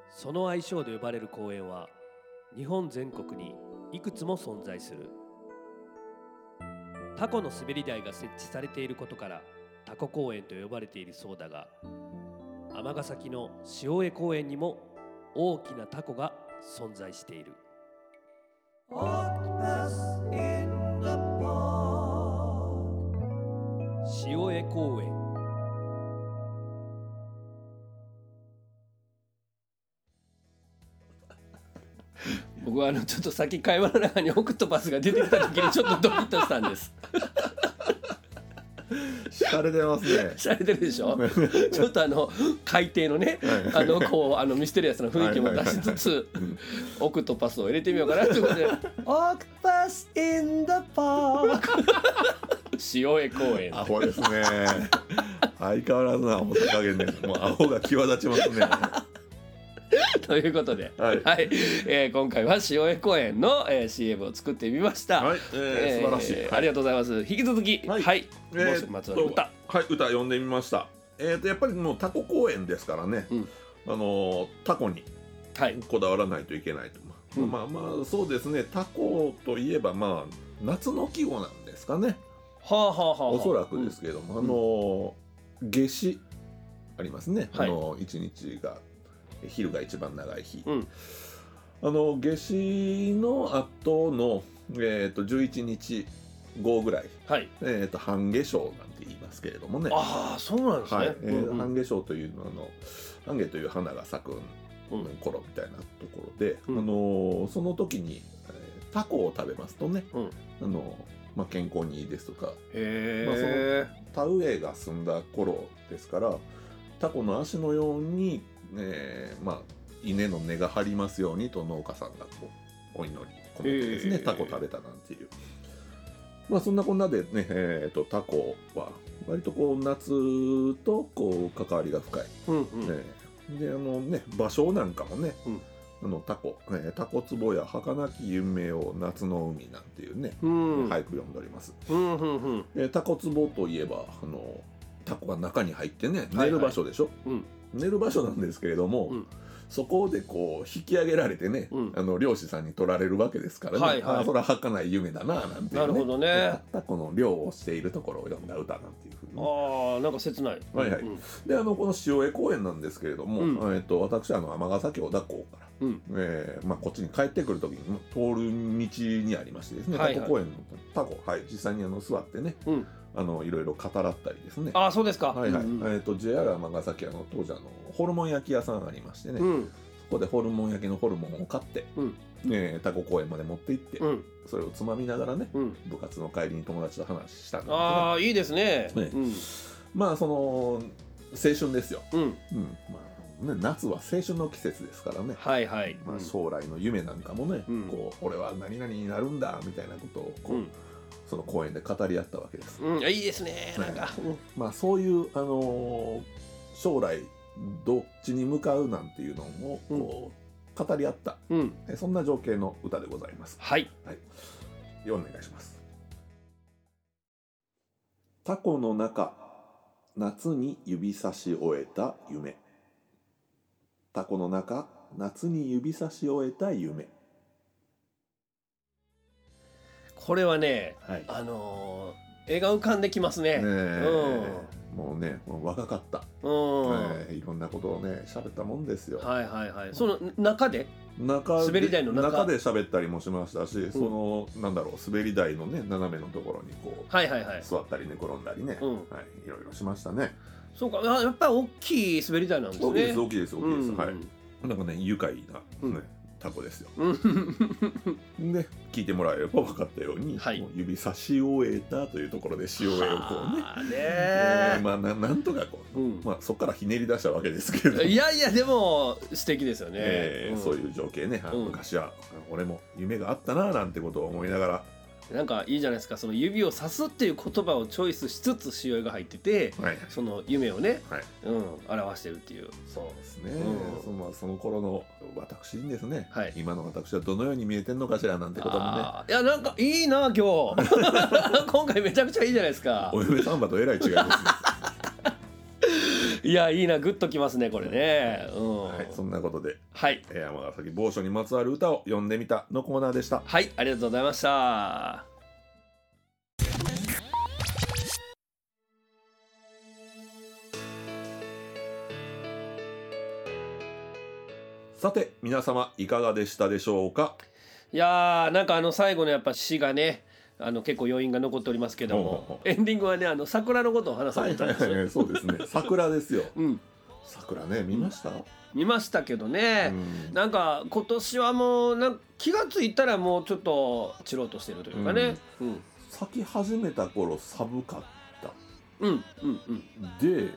[SPEAKER 2] その愛称で呼ばれる公園は日本全国にいくつも存在するタコの滑り台が設置されていることからタコ公園と呼ばれているそうだが尼崎の塩江公園にも大きなタコが存在している
[SPEAKER 4] Octopus in the pond.
[SPEAKER 2] 塩江公園僕はあのちょっとさっき会話の中にオクトパスが出てきた時にちょっとドキッとしたん
[SPEAKER 1] [LAUGHS]
[SPEAKER 2] です。
[SPEAKER 1] 疲れてますね
[SPEAKER 2] しゃれてるで
[SPEAKER 1] [LAUGHS]
[SPEAKER 2] しょちょっとあの海底のね
[SPEAKER 1] はい
[SPEAKER 2] あのこうあのミステリアスな雰囲気も出しつつ
[SPEAKER 1] うん
[SPEAKER 2] オクトパスを入れてみようかなというこ
[SPEAKER 1] [LAUGHS]
[SPEAKER 2] とで「オクトパス・イン・ダ・パーク」塩江公園
[SPEAKER 1] アホですね相変わらずなアホさ加減でもうアホが際立ちますね
[SPEAKER 2] ということで。
[SPEAKER 1] はい
[SPEAKER 2] はい、えー、今回は塩江公園の、えー、CM を作ってみました。
[SPEAKER 1] はい、えー、素晴らしい、
[SPEAKER 2] ありがとうございます。引き続き、は、
[SPEAKER 1] はいい
[SPEAKER 2] はい、
[SPEAKER 1] えーっと
[SPEAKER 2] まつわる歌。
[SPEAKER 1] はい歌読んでみましたえー、とやっぱりもうタコ公園ですからね、
[SPEAKER 2] うん
[SPEAKER 1] あのータコに
[SPEAKER 2] はい、
[SPEAKER 1] こだわらないといけないと、まあ
[SPEAKER 2] うん
[SPEAKER 1] まあまあそうですねタコといえばまあ夏の季語なんですかね
[SPEAKER 2] はあ、はあ、はあ。
[SPEAKER 1] おそらくですけども、あのー夏至ありますね、
[SPEAKER 2] はい
[SPEAKER 1] あのー一日が昼が一番長い日、
[SPEAKER 2] うん
[SPEAKER 1] あの夏至の後のえっ、と11日後ぐらい、
[SPEAKER 2] うん。はい。
[SPEAKER 1] えっ、と半夏生なんて言いますけれどもね
[SPEAKER 2] ああ、そうなんですね。
[SPEAKER 1] はい、えー
[SPEAKER 2] うんうん
[SPEAKER 1] 半夏生というのはあの半夏という花が咲く
[SPEAKER 2] うん
[SPEAKER 1] 頃みたいなところで、
[SPEAKER 2] うん
[SPEAKER 1] あのーその時に、えータコを食べますとね、
[SPEAKER 2] うん
[SPEAKER 1] あのーまあ、健康にいいですとかまあそ
[SPEAKER 2] へえ。
[SPEAKER 1] 田植えが済んだ頃ですからタコの足のように、えーまあ、稲の根が張りますようにと農家さんがこうお祈り込めてですね、
[SPEAKER 2] へー
[SPEAKER 1] タコ食べたなんていう。まあそんなこんなでね、えー、とタコは割とこう夏とこう関わりが深い
[SPEAKER 2] うん、うん。
[SPEAKER 1] ねであのね芭蕉なんかもね、
[SPEAKER 2] うん
[SPEAKER 1] あのタコ、ね、タコ壺や儚き夢を夏の海なんていうね、
[SPEAKER 2] うん、
[SPEAKER 1] 俳句読んでおります。
[SPEAKER 2] うん、うん、うん。
[SPEAKER 1] でタコ壺といえばあのタコが中に入ってね
[SPEAKER 2] はい
[SPEAKER 1] 寝る場所でしょ、
[SPEAKER 2] うん
[SPEAKER 1] 寝る場所なんですけれども、
[SPEAKER 2] うん
[SPEAKER 1] そこでこう引き上げられてね、
[SPEAKER 2] うん
[SPEAKER 1] あの漁師さんに取られるわけですからね、
[SPEAKER 2] はいはい
[SPEAKER 1] あそれは儚い夢だななんていう、ね、
[SPEAKER 2] なるほどね
[SPEAKER 1] でタコの漁をしているところを読んだ歌なんていうふうにね
[SPEAKER 2] ああ、なんか切ない。
[SPEAKER 1] はいはい
[SPEAKER 2] うん
[SPEAKER 1] であのこの塩江公園なんですけれども、
[SPEAKER 2] う
[SPEAKER 1] えっと私あの尼崎小田港から、
[SPEAKER 2] うん
[SPEAKER 1] えーまあ、こっちに帰ってくる時にまあ通る道にありましてですね、
[SPEAKER 2] はいはい
[SPEAKER 1] タコ公園のタコ、はい、実際にあの座ってね、
[SPEAKER 2] うん
[SPEAKER 1] あのいろいろ語らったりですね
[SPEAKER 2] ああ、そうですか。
[SPEAKER 1] はいはい
[SPEAKER 2] うんうん
[SPEAKER 1] えっと JR 尼崎あの当時あのホルモン焼き屋さんありましてね、
[SPEAKER 2] う
[SPEAKER 1] そ
[SPEAKER 2] ん、
[SPEAKER 1] こでホルモン焼きのホルモンを買って、
[SPEAKER 2] うん
[SPEAKER 1] えータコ公園まで持って行って、
[SPEAKER 2] うん、
[SPEAKER 1] それをつまみながらね
[SPEAKER 2] うん。
[SPEAKER 1] 部活の帰りに友達と話したんですね
[SPEAKER 2] ああ、いいですね。
[SPEAKER 1] ね
[SPEAKER 2] うん、
[SPEAKER 1] まあその青春ですよ
[SPEAKER 2] うん、
[SPEAKER 1] うんまあね、夏は青春の季節ですからね、
[SPEAKER 2] はい、はい。
[SPEAKER 1] ま
[SPEAKER 2] う
[SPEAKER 1] あ、
[SPEAKER 2] ん
[SPEAKER 1] 将来の夢なんかもね、
[SPEAKER 2] うん
[SPEAKER 1] こう俺は何々になるんだみたいなことをこう、
[SPEAKER 2] うん
[SPEAKER 1] その公園で語り合ったわけです、
[SPEAKER 2] うん、いやいいですね。なんか。うん
[SPEAKER 1] まあ、そういう、あのー将来どっちに向かうなんていうのをこう、語り合った
[SPEAKER 2] うん、
[SPEAKER 1] えそんな情景の歌でございます
[SPEAKER 2] はい。
[SPEAKER 1] お願いしますタコの中夏に指差し終えた夢タコの中夏に指差し終えた夢
[SPEAKER 2] これはね、
[SPEAKER 1] はいね
[SPEAKER 2] あのー、絵が浮かんできますね。
[SPEAKER 1] えもうねもう若かった、
[SPEAKER 2] うん、
[SPEAKER 1] ええいろんなことをね喋ったもんですよ、
[SPEAKER 2] はいはいはい。その中で、
[SPEAKER 1] 中で
[SPEAKER 2] 滑り台の中
[SPEAKER 1] で喋ったりもしましたし、そのなんだろう滑り台のね斜めのところにこう、
[SPEAKER 2] はいはいはい。
[SPEAKER 1] 座ったり寝転んだりね、
[SPEAKER 2] うん
[SPEAKER 1] はい、いろいろしましたね
[SPEAKER 2] そうか、あやっぱり大きい滑り台なんですね。
[SPEAKER 1] 大きいです大きいです大きいです、
[SPEAKER 2] うん
[SPEAKER 1] はいなんかね愉快な、
[SPEAKER 2] うん
[SPEAKER 1] ねタコですよ
[SPEAKER 2] うん
[SPEAKER 1] で聞いてもらえれば分かったように、
[SPEAKER 2] はい
[SPEAKER 1] もう指差し終えたというところでし終えをこうね
[SPEAKER 2] [LAUGHS] はあね
[SPEAKER 1] えー
[SPEAKER 2] え
[SPEAKER 1] まあななんとかこう、
[SPEAKER 2] うん
[SPEAKER 1] まあ、そこからひねり出したわけですけど
[SPEAKER 2] いやいやでも素敵ですよね、
[SPEAKER 1] えー
[SPEAKER 2] うん
[SPEAKER 1] そういう情景ね、あ
[SPEAKER 2] うん
[SPEAKER 1] 昔は俺も夢があったななんてことを思いながら、
[SPEAKER 2] なんかいいじゃないですかその指をさすっていう言葉をチョイスしつつ塩が入ってて
[SPEAKER 1] はい、
[SPEAKER 2] その夢をね、
[SPEAKER 1] はい
[SPEAKER 2] うん、表してるっていう
[SPEAKER 1] そうですね、
[SPEAKER 2] うん
[SPEAKER 1] そのまあ、その頃の私にですね、
[SPEAKER 2] はい
[SPEAKER 1] 今の私はどのように見えてんのかしらなんてこともね
[SPEAKER 2] あーいやなんかいいな今日 [LAUGHS] 今回めちゃくちゃいいじゃないですか
[SPEAKER 1] お嫁さんばとえらい違いですね、
[SPEAKER 2] [LAUGHS] いやいいなグッときますねこれねうん
[SPEAKER 1] はい、そんなことで
[SPEAKER 2] はい、
[SPEAKER 1] えー尼崎某所にまつわる歌を読んでみたのコーナーでした
[SPEAKER 2] はい、ありがとうございました
[SPEAKER 1] さて皆様いかがでしたでしょうか
[SPEAKER 2] いやーなんかあの最後のやっぱ詩がねあの結構余韻が残っておりますけど
[SPEAKER 1] ほうほう
[SPEAKER 2] も
[SPEAKER 1] ほ
[SPEAKER 2] エンディングはねあの桜のことを話されたんですよ、
[SPEAKER 1] い [LAUGHS] そうですね桜ですよ
[SPEAKER 2] うん
[SPEAKER 1] 桜ね見ました、
[SPEAKER 2] 見ましたけどね、
[SPEAKER 1] うん
[SPEAKER 2] なんか今年はもうなんか気がついたらもうちょっと散ろうとしてるというかねうん
[SPEAKER 1] 咲き始めた頃寒かった
[SPEAKER 2] うんうんうん
[SPEAKER 1] で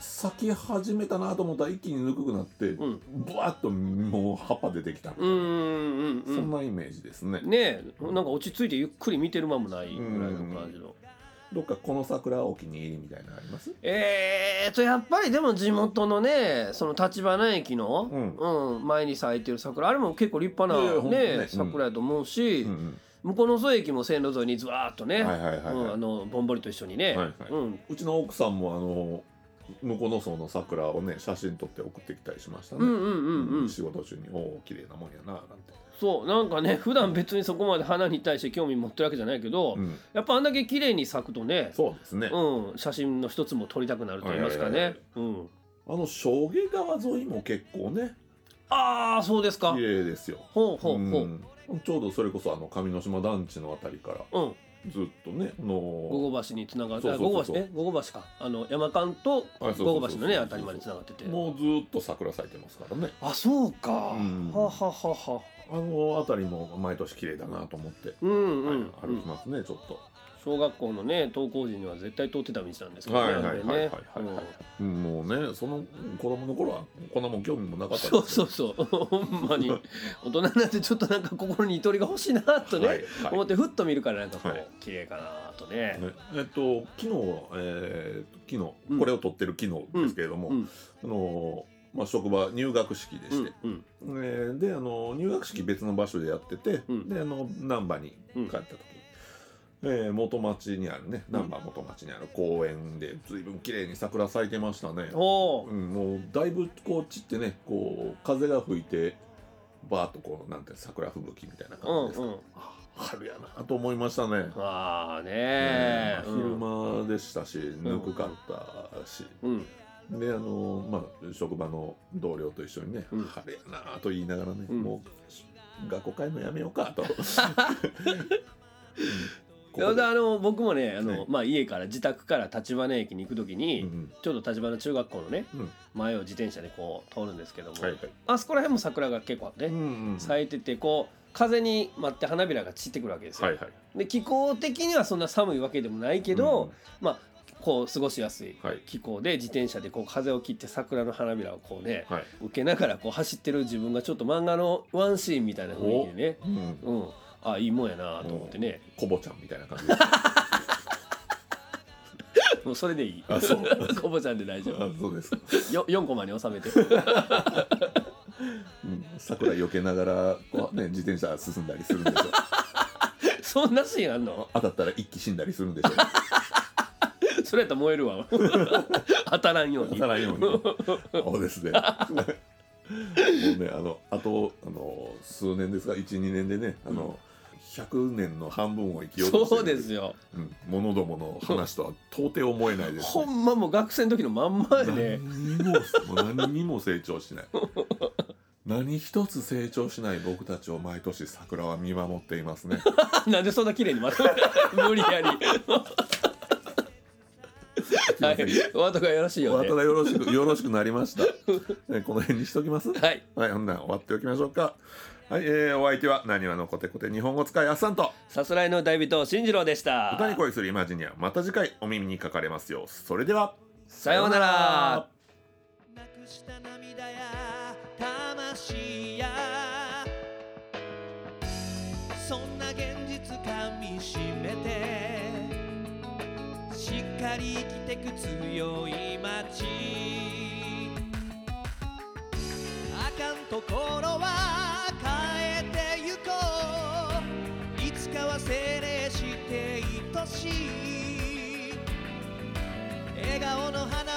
[SPEAKER 1] 咲き始めたなと思ったら一気にぬくくなって、
[SPEAKER 2] ん
[SPEAKER 1] ブワッともう葉っぱ出てきた、
[SPEAKER 2] うんうんう
[SPEAKER 1] そん
[SPEAKER 2] ん
[SPEAKER 1] なイメージですね、
[SPEAKER 2] ねえなんか落ち着いてゆっくり見てる間もないぐらいの感じの、
[SPEAKER 1] どっかこの桜お気に入りみたいなのあります
[SPEAKER 2] えーとやっぱりでも地元のねその橘駅の、
[SPEAKER 1] う
[SPEAKER 2] うん前に咲いてる桜あれも結構立派
[SPEAKER 1] いやいや
[SPEAKER 2] な
[SPEAKER 1] ほんとね
[SPEAKER 2] ね
[SPEAKER 1] うん
[SPEAKER 2] 桜やと思うし、
[SPEAKER 1] うん
[SPEAKER 2] 向こうの添駅も線路沿いにずわーっと
[SPEAKER 1] う
[SPEAKER 2] ね、
[SPEAKER 1] ん、はいはいはい、はい
[SPEAKER 2] うん、あのぼんぼりと一緒に
[SPEAKER 1] は
[SPEAKER 2] ね、
[SPEAKER 1] いはい
[SPEAKER 2] うん、
[SPEAKER 1] うちの奥さんもあの向こうの層の桜をね写真撮って送ってきたりしましたね、
[SPEAKER 2] うんうんうんうん
[SPEAKER 1] 仕事中におお綺麗なもんやななんて、
[SPEAKER 2] そうなんかね普段別にそこまで花に対して興味持ってるわけじゃないけど、
[SPEAKER 1] うん、
[SPEAKER 2] やっぱあんだけ綺麗に咲くとね
[SPEAKER 1] そうですね、
[SPEAKER 2] うん、写真の一つも撮りたくなると言いますか
[SPEAKER 1] はいはい
[SPEAKER 2] ね
[SPEAKER 1] は。
[SPEAKER 2] うん、
[SPEAKER 1] あの象牙川沿いも結構ね
[SPEAKER 2] ああそうですか
[SPEAKER 1] 綺。麗ですよ
[SPEAKER 2] ほうほうほう。
[SPEAKER 1] うんちょうどそれこそあの上之島団地のあたりから
[SPEAKER 2] うん、
[SPEAKER 1] ずっとねあの
[SPEAKER 2] 五後橋につながって、
[SPEAKER 1] そう
[SPEAKER 2] あ
[SPEAKER 1] そう
[SPEAKER 2] 五
[SPEAKER 1] そうそ
[SPEAKER 2] 後橋
[SPEAKER 1] う
[SPEAKER 2] え五後橋か。あの山間と
[SPEAKER 1] あそうそうそう
[SPEAKER 2] 五後橋のねあたりまでつながってて。
[SPEAKER 1] もうずっと桜咲いてますからね
[SPEAKER 2] あそうか。は
[SPEAKER 1] うん
[SPEAKER 2] ははは。
[SPEAKER 1] あの辺りも毎年綺麗だなと思って、
[SPEAKER 2] うんうん、
[SPEAKER 1] はい歩きますねちょっと、
[SPEAKER 2] 小学校のね登校時には絶対通ってた道なんですけどね。
[SPEAKER 1] はいはいはいはいはい、
[SPEAKER 2] あれね
[SPEAKER 1] うんもうねその子供の頃はこんなもん興味もな
[SPEAKER 2] う
[SPEAKER 1] か
[SPEAKER 2] ん
[SPEAKER 1] った
[SPEAKER 2] そう
[SPEAKER 1] です
[SPEAKER 2] そうそう。 [LAUGHS] ほんまに大人になってちょっとなんか心にゆとりが欲しいなとね、
[SPEAKER 1] はいはい
[SPEAKER 2] 思ってふっと見るからなんかこう、
[SPEAKER 1] はい
[SPEAKER 2] 綺麗かなと
[SPEAKER 1] ね
[SPEAKER 2] ね。
[SPEAKER 1] えっと昨日、えー昨
[SPEAKER 2] う
[SPEAKER 1] 日
[SPEAKER 2] ん
[SPEAKER 1] これを撮ってる昨日ですけれども、
[SPEAKER 2] うんう
[SPEAKER 1] あ
[SPEAKER 2] ん
[SPEAKER 1] のまあ、職場入学式で
[SPEAKER 2] う
[SPEAKER 1] して
[SPEAKER 2] ん、うん
[SPEAKER 1] えーであの入学式別の場所でやってて、
[SPEAKER 2] うん
[SPEAKER 1] であの難波に帰った時に、えー元町にあるね難波元町にある公園で随分綺麗に桜咲いてましたね、
[SPEAKER 2] おー
[SPEAKER 1] うん、もうだいぶこう散ってねこう風が吹いてバーッとこうなんていうの桜吹雪みたいな
[SPEAKER 2] うん
[SPEAKER 1] 感じですか、
[SPEAKER 2] うん。
[SPEAKER 1] あ春やなと思いましたね、
[SPEAKER 2] ああねー
[SPEAKER 1] うん昼間でしたし、ぬくかったし、
[SPEAKER 2] うん
[SPEAKER 1] であのまあ職場の同僚と一緒にね「
[SPEAKER 2] うん
[SPEAKER 1] 晴れやな」と言いながらね、
[SPEAKER 2] うん
[SPEAKER 1] もう学校帰るのやめようか
[SPEAKER 2] [LAUGHS]
[SPEAKER 1] と。うんここ
[SPEAKER 2] い
[SPEAKER 1] で
[SPEAKER 2] やであの僕もねあの、
[SPEAKER 1] はい
[SPEAKER 2] まあ、家から自宅から橘駅に行く時に、
[SPEAKER 1] うん
[SPEAKER 2] ちょうど橘中学校のね、
[SPEAKER 1] うん
[SPEAKER 2] 前を自転車でこう通るんですけども、
[SPEAKER 1] はいはい
[SPEAKER 2] あそこら辺も桜が結構ね、
[SPEAKER 1] うんうん
[SPEAKER 2] 咲いててこう風に待って花びらが散ってくるわけですよ。
[SPEAKER 1] はいはい
[SPEAKER 2] で気候的にはそんな寒いわけでもないけど、まあこう過ごしやすい
[SPEAKER 1] うんはい
[SPEAKER 2] 気候で自転車でこう風を切って桜の花びらをこうね、
[SPEAKER 1] はい
[SPEAKER 2] 受けながらこう走ってる自分がちょっと漫画のワンシーンみたいな雰囲気でね、
[SPEAKER 1] うん
[SPEAKER 2] うん、あいいもんやなと思ってね、
[SPEAKER 1] コボちゃんみたいな感じで
[SPEAKER 2] [LAUGHS] もうそれでいい。
[SPEAKER 1] あそう
[SPEAKER 2] [LAUGHS] コボちゃんで大丈
[SPEAKER 1] あそうですか、
[SPEAKER 2] 夫。よ、四個まで収めて。 [LAUGHS]
[SPEAKER 1] うん、桜避けながらこう、
[SPEAKER 2] [LAUGHS]
[SPEAKER 1] ね、自転車進んだりするんでしょ
[SPEAKER 2] そんなシーンあんの？
[SPEAKER 1] 当たったら一気死んだりするんでしょ
[SPEAKER 2] [LAUGHS] それやったら燃えるわ。 [LAUGHS] 当たらんよう
[SPEAKER 1] 当
[SPEAKER 2] に
[SPEAKER 1] た。らんようにそうですねもうねあのあとあの数年ですが12年でねあの、100年の半分を生きようとして
[SPEAKER 2] そ
[SPEAKER 1] る
[SPEAKER 2] うですよ。
[SPEAKER 1] うん、物どもの話とは到底思えないです、
[SPEAKER 2] ほんまもう学生の時のまんまやね。
[SPEAKER 1] 何にももう何にも成長しない何一つ成長しない僕たちを毎年桜は見守っていますね
[SPEAKER 2] なんでそんな綺麗にまとめた。 [LAUGHS] 無理やり。はい。お後がよろしい
[SPEAKER 1] お
[SPEAKER 2] ようで。
[SPEAKER 1] 後がよろ [LAUGHS] しくよろしくなりました、ね、この辺にしときます
[SPEAKER 2] はい。
[SPEAKER 1] はい、ほんなら終わっておきましょうか。はい、えー、お相手はなにわのコテコテ日本語使いあっさんと
[SPEAKER 2] さすらいの大人進次郎でした
[SPEAKER 1] 歌に恋するイマジニアまた次回お耳にかかれますようそれでは
[SPEAKER 2] さようなら
[SPEAKER 4] なくした涙や魂やそんな現実噛みしめてしっかり生きてく強い街あかんところは変えてゆこういつかは精霊して愛しい笑顔の花